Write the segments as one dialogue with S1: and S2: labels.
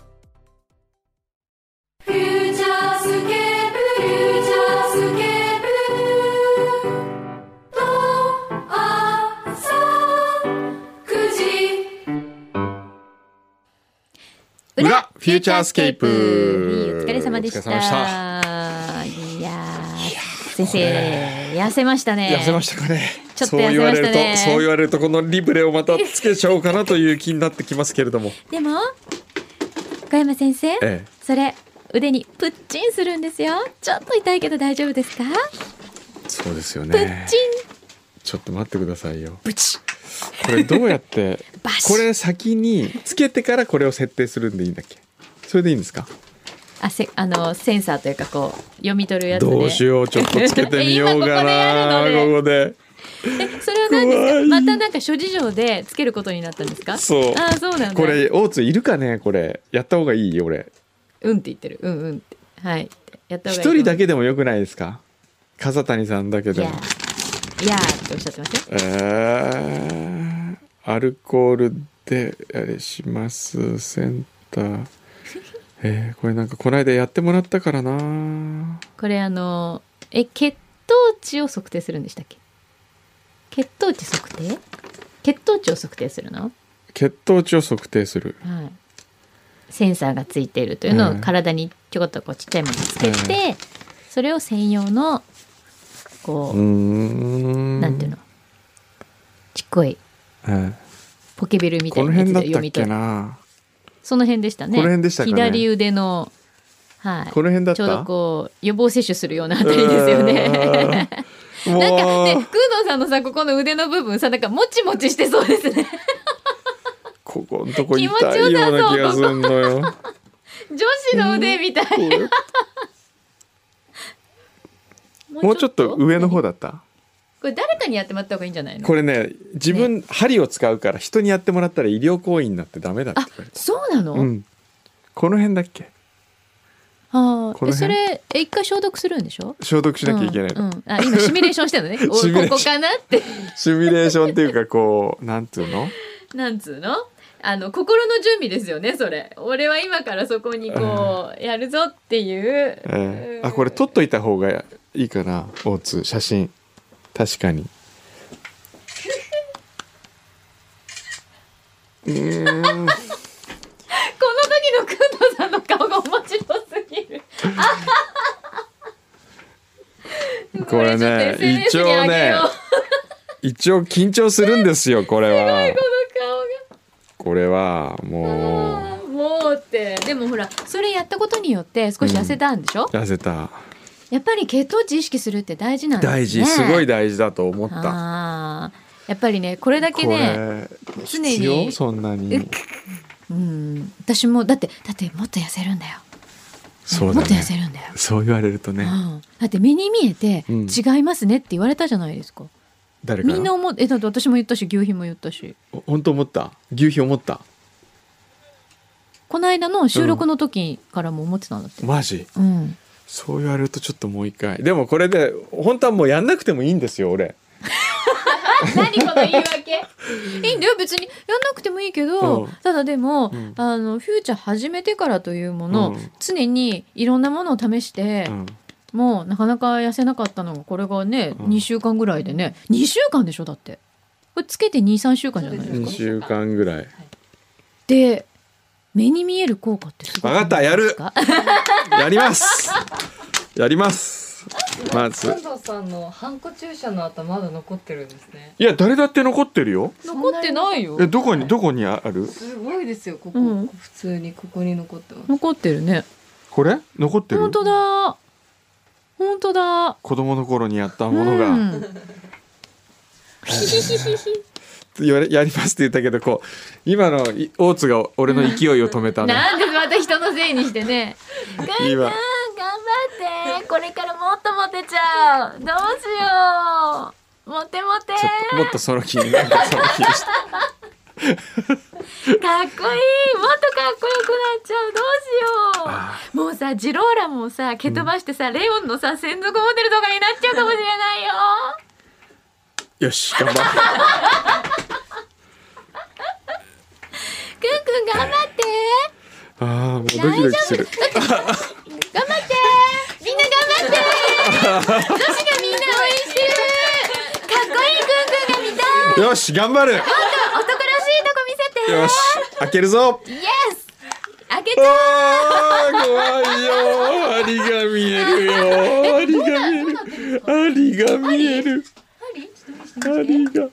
S1: フューチャースケープフューチャースケープル」「とあさ9時」
S2: 裏フューチャースケー
S3: お
S2: プ
S3: 疲れ様でした
S2: お疲れ様で
S3: いやー先生痩せましたね
S2: 痩せましたかね。
S3: ちょっと
S2: そう言われる
S3: 痩せま
S2: と、
S3: したね
S2: そう言われると、このリブレをまたつけちゃおうかなという気になってきますけれども。
S3: でも小山先生、
S2: ええ
S3: それ腕にプッチンするんですよちょっと痛いけど大丈夫ですか、
S2: そうですよ
S3: プッ
S2: ね
S3: チ。
S2: ちょっと待ってくださいよ。
S3: ンプチ
S2: これどうやって。
S3: バシ
S2: これ先につけてから、これを設定するんでいいんだっけ。それでいいんですか。
S3: あせあのセンサーというかこう読み取るやつで
S2: どうしよう、ちょっとつけてみようかな。
S3: 今ここでやるのね
S2: ここで。
S3: えそれは何です
S2: 怖
S3: か
S2: い
S3: またなんか諸事情でつけることになったんですか
S2: そう
S3: あーそうなんだ
S2: これ、大津いるかね、これ。やった方がいいよ、俺。
S3: うんって言ってるうんうんってはいやった方がいい
S2: 一人だ
S3: け
S2: けでもよくないですか。笠谷さんだけ
S3: い
S2: で
S3: や
S2: も。
S3: ーいやーっておっしゃってますよ
S2: えーアルコールであれしますセンタ ーえーこれなんかこの間やってもらったからな
S3: これあのえ血糖値を測定するんでしたっけ血糖値測定血糖値を測定するの、
S2: 血糖値を測定する
S3: はい、センサーがついているというの
S2: う
S3: を
S2: ん
S3: 体にちょこっとこうちっちゃいものをつけて、それを専用の
S2: う
S3: こ
S2: ー
S3: う、
S2: ん
S3: なんていうのちっこい
S2: はい
S3: ポケベルみた
S2: こ
S3: い
S2: の
S3: なやつで
S2: 辺だった
S3: 読
S2: っ
S3: み
S2: け
S3: 取る
S2: な
S3: その辺でしたね
S2: この辺でしたかね
S3: 左腕のはい
S2: この辺だっ
S3: ちょうど
S2: た
S3: こう予防接種するようなあたりですよね。
S2: もう
S3: なんかね、工藤さんのさ、ここの腕の部分さ、なんかもちもちしてそうです ね。
S2: ここのとこ
S3: 気
S2: 痛
S3: 持ちよさそう
S2: いような気がするの よ
S3: 女子の腕みたい。
S2: もうちょっと上の方だった
S3: これ誰かにやってもらった方がいいんじゃないの。
S2: これね自分針を使うから人にやってもらったら医療行為になってダメだって
S3: あ
S2: 言われた、
S3: そうなの。
S2: うん、この辺だっけ
S3: あ
S2: こ
S3: あ、
S2: の辺
S3: それ、え一回消毒するんでしょ
S2: 消毒しなきゃいけない、
S3: うんうんあ、今シミュレーションしてるの ね。お
S2: シミュレーション
S3: ここかなって、
S2: シミュレーションっていうかこうなんつうの
S3: なんつうの。あの心の準備ですよねそれ俺は今からそこにこうやるぞっていう、
S2: え
S3: う
S2: ー
S3: ん
S2: あこれ撮っといた方がいいかな大津写真確かにうーん
S3: この時の工藤さんの顔が面白すぎる。
S2: これね
S3: これちょっと SNS にあげよう
S2: 一応ね一応緊張するんですよこれは
S3: こ
S2: これは
S3: の
S2: も
S3: 顔が。もうって、でもほら、それやったことによって、少し痩せたんでしょ、
S2: う痩せた
S3: やっぱり血糖値意識するって大事なんですね。
S2: 大事すごい大事だと思った
S3: あーやっぱりね、これだけ
S2: こ
S3: ね、
S2: れ
S3: 常に
S2: 必要そんなに
S3: うん、私もだって、だってもっと痩せるんだよ。
S2: そう
S3: も
S2: だ
S3: っと痩
S2: ね
S3: せるんだよ。
S2: そう言われると
S3: う
S2: ね
S3: ん、だって目に見えて
S2: うん
S3: 違いますねって言われたじゃないですか、
S2: 誰か
S3: みんな思ってえだって私も言ったし牛皮も言ったし
S2: お本当思った牛皮思った
S3: この間の収録の時からも思ってたんだって。
S2: マジ
S3: うん。
S2: そう言われるとちょっともう一回でもこれで本当はもうやんなくてもいいんですよ俺
S3: 何この言い訳いいんだよ別にやんなくてもいいけど、
S2: うん
S3: ただでも、
S2: うん
S3: あのフューチャー始めてからというもの、
S2: うん
S3: 常にいろんなものを試して、
S2: うん
S3: もうなかなか痩せなかったのがこれがね、
S2: うん
S3: 2週間ぐらいでね2週間でしょだってこれつけて23週間じゃないです
S2: 2
S3: か
S2: 週間ぐらい
S3: で目に見える効果ってすごくない
S2: わかったやる
S3: ですか
S2: やりますやりますまず
S4: 安藤さんのハンコ注射の跡まだ残ってるんですね。
S2: いや誰だって残ってるよ
S3: 残ってないよ
S2: えどこにどこにある
S4: すごいですよ。ここ、
S3: うん
S4: 普通にここに残ってます。
S3: 残ってるね
S2: これ残ってる
S3: 本当だ本当だ
S2: 子供の頃にやったものが、
S3: うん
S2: 言われやりますって言ったけどこう今のい大津が俺の勢いを止めたね
S3: なんでまた人のせいにしてね
S2: 今
S5: 張ってこれからもっとモテちゃうどうしようモテモテ
S2: ちょっともっとその気になんかその気にして
S5: かっこいいもっとかっこよくなっちゃうどう
S2: あ
S5: しようもうさジローラもさ蹴飛ばしてさ、レオンのさ専属モデルとかになっちゃうかもしれないよ
S2: よし頑張る
S5: くんくん頑張って
S2: ああもうドキドキする
S5: 頑張ってみんな頑張って女子がみん な応援してるかっこいいくんくんが見たい
S2: よし頑張る
S5: 男らしいとこ見せて
S2: よし開けるぞ
S5: イエス開けち
S2: あ
S5: ゃう
S2: ー怖いよアリが見えるよアリが見えるアリが見えるアリが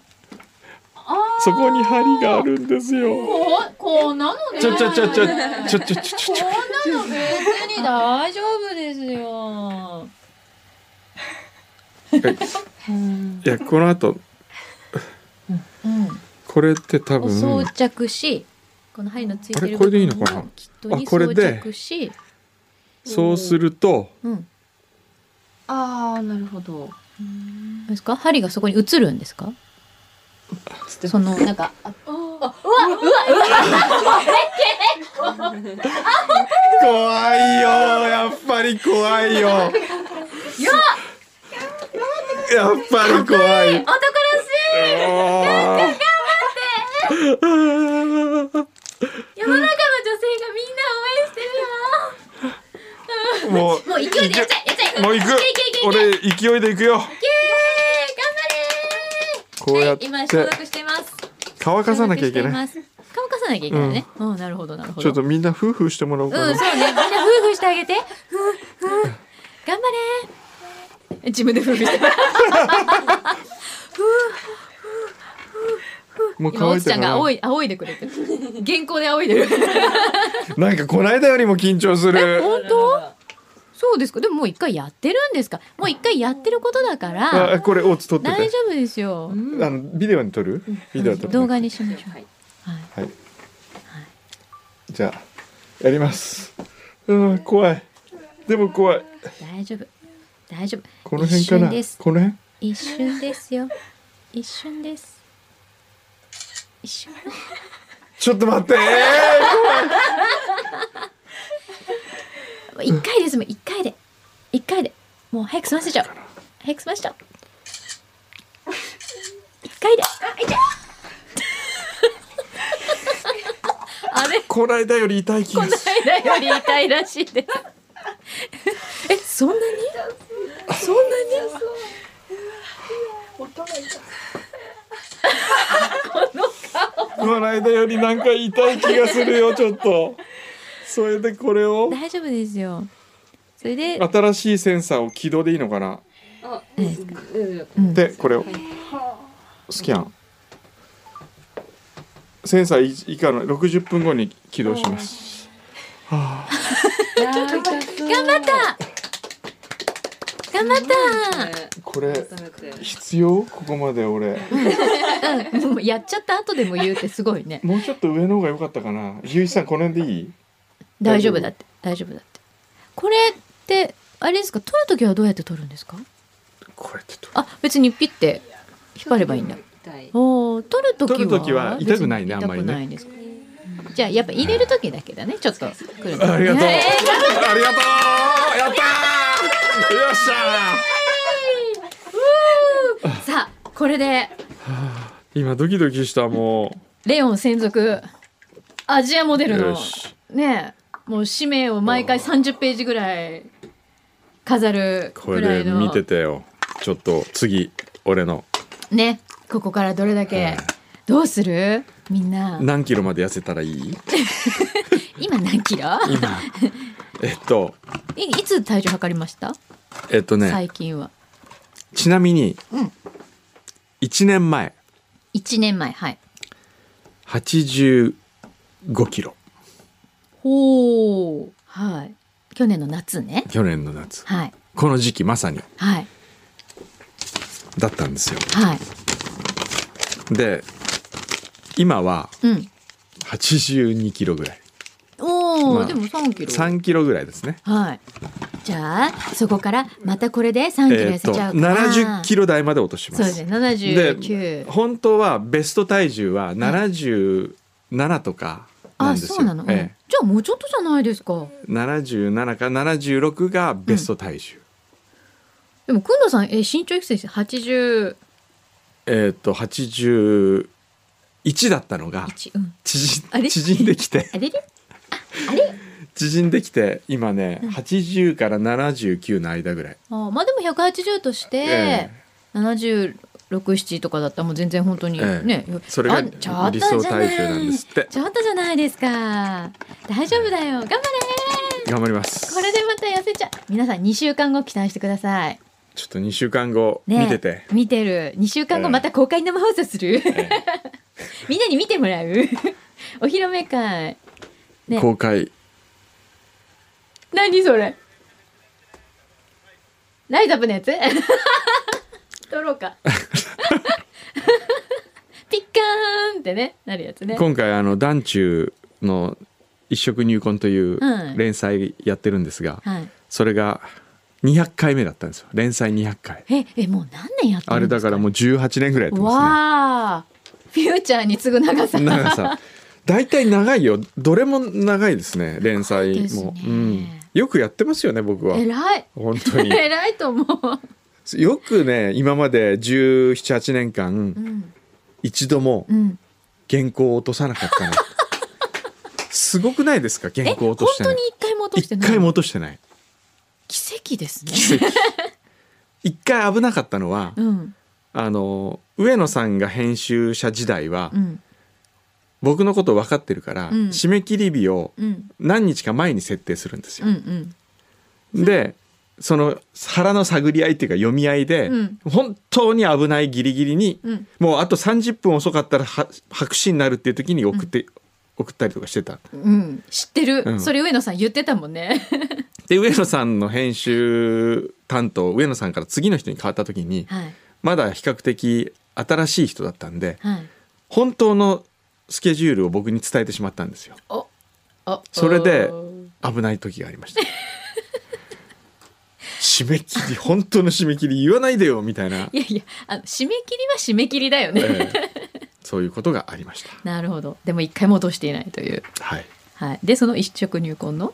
S2: そこに針があるんですよ
S6: こうこうなので
S2: ちょちょちょちょちょちょちょちょちょ
S6: こんなの別に大丈夫ですよ
S2: いやこの後
S6: うん
S2: これって多
S3: を
S2: 分
S3: 装着し、この針のついて
S2: あれ
S3: る
S2: こ
S3: 部
S2: れでいいの
S3: 分
S2: かな
S3: をキットに
S2: あこれ
S3: 装
S2: で
S3: 着し、
S2: そうすると
S3: うん、
S7: ああなるほど
S3: ですか？針がそこに映るんですか？そのなんか
S2: 怖いよやっぱり怖いよやっぱり怖い
S5: 男らしい
S2: あー
S5: 世の中の女性がみんな応援してるよ
S2: もう
S5: もう勢いでやっちゃえやっちゃえ
S2: もう行く
S5: いけいけいけ
S2: 俺勢いで行くよこうやって
S5: 頑張れー今消毒してます
S2: 乾かさなきゃいけな
S3: 乾
S2: い
S3: かさなきゃいけないね。うん、なるほどなるほ
S2: ちょ
S3: ど。
S2: っとみんな夫婦してもらおうかな、
S5: そうねみんな夫婦してあげて夫婦頑張れー自分で夫婦して
S2: もう
S3: 今お
S2: 乾
S3: つち
S2: いて
S3: ゃ
S2: る
S3: んが
S2: な
S3: 仰い仰いでくれてる。原稿で仰いで る。
S2: なんかこないだよりも緊張する
S3: 本当？そうですか。でももう一回やってるんですか。もう一回やってることだか
S2: あ
S3: ら
S2: これオーツ撮って
S3: 大
S2: て
S3: 丈夫ですよ。
S2: あのビデオに撮るビデオ撮って
S3: 動画にしましょう。
S2: はいじゃあやりますうん怖いでも怖い
S3: 大丈夫大丈夫
S2: この辺かな
S3: 一瞬です
S2: この辺
S3: 一瞬ですよ一瞬です一瞬
S2: ちょっと待って、え
S3: 一回ですもん一回で一回でもう早く済ませちゃおう早く済ませちゃおう一回で
S2: ーこないだより痛い気がする
S3: 痛いより痛いらしいです えそんなにそんなに
S2: こないだよりなんか痛い気がするよちょっとそれでこれを
S3: 大丈夫ですよそれで
S2: 新しいセンサーを起動でいいのかな
S1: あ、
S3: いい
S1: い
S3: で
S1: い
S3: す
S1: ですか。
S2: でこれをスキャンセンサーい以下の60分後に起動しますはあ
S1: 頑張
S5: 頑張った頑張った
S2: これ
S1: 改めて。
S2: 必要ここまで俺
S3: もうやっちゃった後でも言うってすごいね
S2: もうちょっと上の方が良かったかなゆいさんこの辺でいい
S3: 大丈夫だって大丈夫だってこれってあれですか取るときはどうやって取るんですか
S2: これってどう
S3: あ別にピッて引っ張ればいいんだ
S1: 痛い。
S3: おお取るときは
S2: 取る時は痛くないね
S3: 別に
S2: あんまり
S3: 痛
S2: ね
S3: くないですかじゃあやっぱ入れるときだけだねちょっとくるの
S2: あ
S3: え
S2: りがとう、ありがとうやったーよっしゃー
S3: ーさあこれで
S2: 今ドキドキしたも
S3: レオン専属アジアモデ
S2: う
S3: ル
S2: よ
S3: の
S2: し
S3: ねえもう紙面を毎回30ページぐらい飾る
S8: こ
S3: ぐ
S8: れ
S3: らい
S8: で
S3: の
S8: 見ててよちょっと次俺の
S3: ねここからどれだけどうするみんな
S8: 何キロまで痩せたらいい
S3: 今何キロ
S8: 今 えっと
S3: いいつ体重測りました、
S8: えっとね
S3: 最近は
S8: ちなみに、一1年前
S3: 1年前はい
S8: 85キロ
S3: ほうはい去年の夏ね
S8: 去年の夏
S3: はい
S8: この時期まさに
S3: はい
S8: だったんですよ
S3: はい
S8: で今は
S3: うん
S8: 82キロぐらい
S3: おおー
S2: まあ
S3: でも3キロ。
S2: 3キロぐらいですね。
S3: はい。じゃあそこからまたこれで3キロ
S2: え
S3: 痩
S2: っ
S3: せ
S2: と
S3: ちゃうから。
S2: 70キロ台まで落としま。
S3: そうですすね。79。
S2: 本当はベスト体重は77とかなん
S3: あ
S2: ですよ。
S3: そうなの。うん
S2: え
S3: じゃあもうちょっとじゃないですか。
S2: え、77か76がベスト体重。
S3: でもくんどさんえ身長いくつでした？81。
S2: えっと81だったのが
S3: うん。
S2: 縮
S3: あれ
S2: ん縮んできて
S3: あれれ？
S2: 縮んできて今ね80から79の間ぐらい。
S3: あーまあでも180として、
S2: え
S3: 76、7とかだったらもう全然本当に
S2: ええ
S3: ね、
S2: それが
S3: あ
S2: 理
S3: ちょっとじゃ
S2: 想
S3: な
S2: 体重ないんですって。
S3: ちょっとじゃないですか大丈夫だよ頑張れ
S2: 頑張ります。
S3: これでまた痩せちゃう皆さん2週間後期待してください
S2: ちょっと2週間後
S3: ね
S2: 見てて。
S3: 見てる2週間
S2: え
S3: 後
S2: え
S3: また公開生放送する、
S2: え
S3: みんなに見てもらうお披露目会ね
S2: 公開
S3: 何それライザップのやつ 撮ろうか ピッカーンってねなるやつね
S2: 今回あの「団中の一食入魂」という
S3: うん
S2: 連載やってるんですが、
S3: はい
S2: それが200回目だったんですよ連載200回
S3: ええもう何年やって
S2: あ
S3: る
S2: れ
S3: んで
S2: だ
S3: すか
S2: からもう18年ぐらいやってま
S3: わあフューチャーに次ぐ長さ
S2: すね長さ大体長いよどれも長いですね連載
S3: 長いです
S2: も、
S3: ね
S2: うん、よくやってますよね 僕は
S3: えらい
S2: 本当に
S3: えらいと思う、
S2: よくね今まで1718年
S3: う
S2: 間
S3: ん
S2: 一度も
S3: うん、
S2: 原稿を落とさなか ったなすごくないですか
S3: え
S2: 原稿を
S3: 本
S2: 落としてな
S3: 当
S2: い
S3: に一回も落として
S2: 一
S3: ない
S2: 回も落としてない
S3: 奇跡ですね
S2: 奇跡 一回危なかったのは、
S3: うん
S2: あの上野さんが編集者時代は、
S3: うん
S2: 僕のこと分かってるから、
S3: うん
S2: 締め切り日を
S3: うん
S2: 何日か前に設定するんです
S3: う
S2: よ。
S3: ん
S2: でその腹の探り合いっていうか読み合いで、
S3: うん
S2: 本当に危ないギリギリに、
S3: うん
S2: もうあと30分遅かったらは白紙になるっていう時に送って、送ったりとかしてた。
S3: うんうん知ってる、
S2: うん
S3: それ上野さん言ってたもんね
S2: で上野さんの編集担当上野さんから次の人に変わった時に
S3: はい
S2: まだ比較的新しい人だったんで、
S3: はい
S2: 本当のスケジュールを僕に伝えてしまったんですよ
S3: あ
S2: それで
S3: おー
S2: 危ない時がありま した締め切り本当の締め切り言わないでよみたいな、
S3: いやいやあの締め切りは締め切りだよね、
S2: ええそういうことがありまし
S3: なるほどでも一回も落としていないという
S2: たはい
S3: はいでその一食入魂の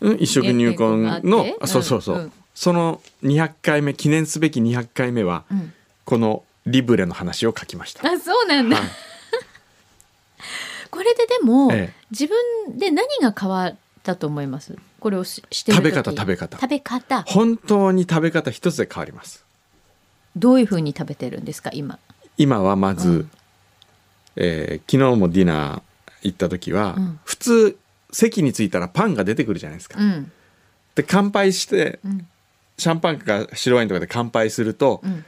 S2: うん一食入
S3: 原
S2: 魂
S3: 稿があっ
S2: の
S3: て
S2: あそうそうそう、
S3: うん
S2: その200回目記念すべき200回目は、
S3: うん
S2: このリブレの話を書きました、
S3: あそうなんだ、
S2: はい
S3: これででも、
S2: ええ
S3: 自分で何が変わったと思いますこれをししてる時
S2: 食べ方食べ方
S3: 食べ方
S2: 本当に食べ方一つで変わります
S3: どういう風に食べてるんですか今
S2: 今はまず、
S3: うん
S2: えー昨日もディナー行った時は、
S3: うん
S2: 普通席に着いたらパンが出てくるじゃないですか、
S3: うん
S2: で乾杯して
S3: うん
S2: シャンパンか白ワインとかで乾杯すると、
S3: うん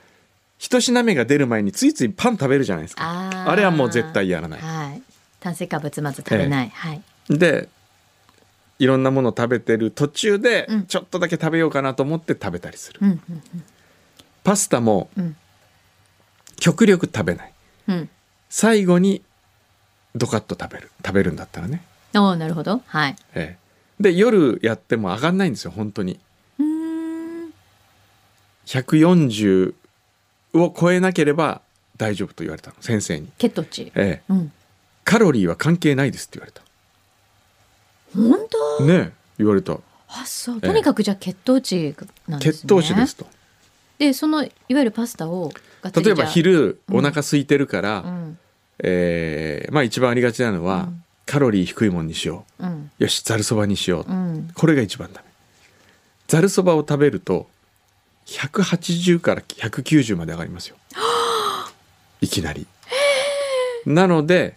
S2: 一品目が出る前についついパン食べるじゃないですか
S3: あー
S2: あれはもう絶対やらない
S3: はい炭水化物まず食べない、はい
S2: でいろんなもの食べてる途中で
S3: うん
S2: ちょっとだけ食べようかなと思って食べたりする、
S3: うんうん
S2: パスタも
S3: うん
S2: 極力食べない
S3: うん
S2: 最後にドカッと食べる食べるんだったらね、
S3: おーなるほどはい
S2: ええで夜やっても上がんないんですよ本当に
S3: うーん
S2: 140を超えなければ大丈夫と言われたの先生に、
S3: 血糖値
S2: ええ、
S3: うん
S2: カロリーは関係ないですって言われた
S3: 本当、
S2: ねえ言われた
S3: あそう
S2: ええ
S3: とにかくじゃあ血糖値なんですね
S2: 血糖値ですと
S3: でそのいわゆるパスタをがっつり
S2: 例えば
S3: じゃあ
S2: 昼お腹空いてるから、
S3: うん
S2: えーまあ一番ありがちなのは、
S3: うん
S2: カロリー低いもんにしよ
S3: うん
S2: うよしざるそばにしよう、
S3: うん
S2: これが一番ダメざるそばを食べると180から190まで上が りますよいきなりなので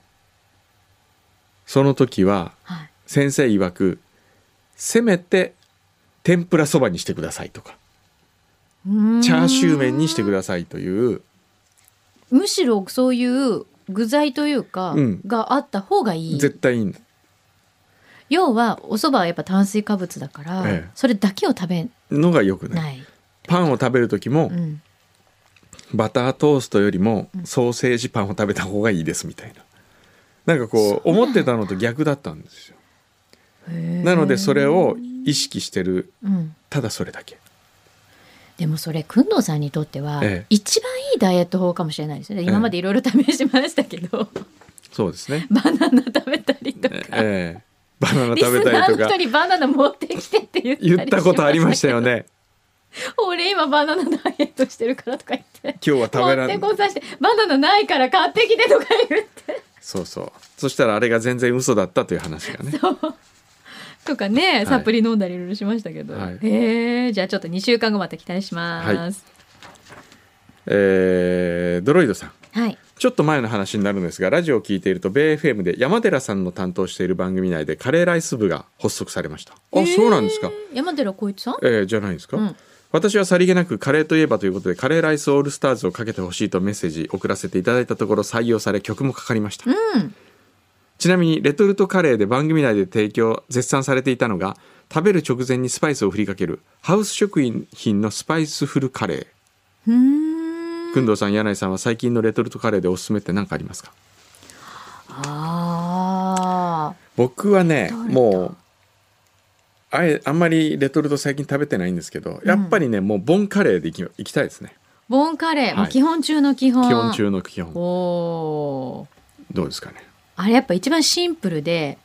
S2: その時は
S3: はい
S2: 先生曰くせめて天ぷらそばにしてくださいとか
S3: うーん
S2: チャーシュー麺にしてくださいという
S3: むしろそういう具材というか、
S2: うん
S3: があった方がいい
S2: 絶対いいんだ
S3: 要はお蕎麦はやっぱ炭水化物だから、
S2: ええ
S3: それだけを食べ
S2: のがよくない
S3: ない、
S2: パンを食べる時も
S3: うん、
S2: バタートーストよりもソーセージパンを食べた方がいいですみたいななんかこう思ってたのと逆だったんですよな
S3: な
S2: のでそれを意識してる
S3: うん
S2: ただそれだけ
S3: でもそれくんどうさんにとっては
S2: ええ
S3: 一番いいダイエット法かもしれないですよね、今までいろいろ試しましたけど
S2: そうですね
S3: バナナ食べたりとか、
S2: ええバナナ
S3: リ
S2: 食
S3: ス
S2: べ
S3: ナー
S2: たりと
S3: の
S2: か
S3: 人にバナナ持ってきてって言ったり
S2: 言ったことありましたよね
S3: しましたけど俺今バナナダイエットしてるからとか言って
S2: 今日は食べ
S3: 持
S2: ら
S3: っ
S2: れ
S3: てこさしてバナナないから買ってきてとか言って
S2: そうそうそしたらあれが全然嘘だったという話がね
S3: とかね
S2: い
S3: サプリ飲んだりいろいろしましたけど、
S2: はい
S3: へえじゃあちょっと2週間後また期待します
S2: えードロイドさん
S3: はい、
S2: ちょっと前の話になるんですがラジオを聞いていると BFM で山寺さんの担当している番組内でカレーライス部が発足されましたあ、そうなんですか
S3: 山寺宏一さん
S2: えーじゃないですか、
S3: うん
S2: 私はさりげなくカレーといえばということでカレーライスオールスターズをかけてほしいとメッセージ送らせていただいたところ採用され曲もかかりました、
S3: うん
S2: ちなみにレトルトカレーで番組内で提供絶賛されていたのが食べる直前にスパイスを振りかけるハウス食品のスパイスフルカレー
S3: うーん
S2: 工藤さん柳井さんは最近のレトルトカレーでおすすめって何かありますか
S3: あ
S2: 僕は
S3: レ
S2: ね
S3: トルト
S2: もうあえあんまりレトルト最近食べてないんですけどやっぱりね、もうボンカレーでいきいきたいですね
S3: ーボンカレー、もう
S2: はい
S3: 基本中の基本
S2: 基本中の基
S3: お
S2: 本
S3: おー
S2: どうですかね
S3: あれやっぱ一番シンプルで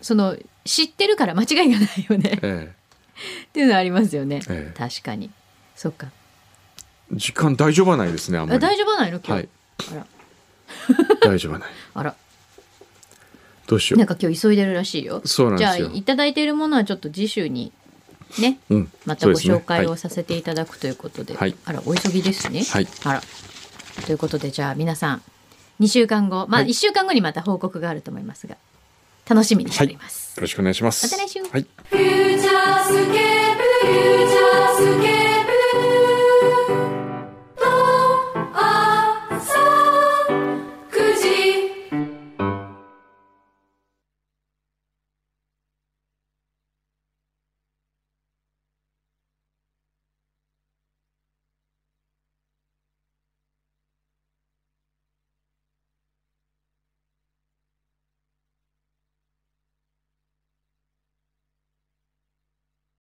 S3: その知ってるから間違いがないよ ね
S2: え
S3: っていうのはありますよね、
S2: ええ
S3: 確かにそっか
S2: え時間大丈夫はないですねあんま
S3: あ
S2: り
S3: 大丈夫ないの今日、
S2: はい
S3: あら
S2: 大丈夫はない
S3: あら
S2: どうしよ
S3: なんか今日急いでるらしいよ
S2: そうなん
S3: じゃあ
S2: ですよ
S3: いただいているものはちょっと次週にね
S2: う、うん、
S3: また
S2: そう
S3: ご
S2: ですね
S3: 紹介
S2: は
S3: を
S2: い
S3: させていただくということで
S2: はい
S3: あらお急ぎですね、
S2: はい
S3: あらということでじゃあ皆さん2週間後まあ
S2: はい
S3: 1週間後にまた報告があると思いますが楽しみにしております、
S2: よろしくお願いします
S3: また来週
S2: はい
S1: 「フューチャースケープル」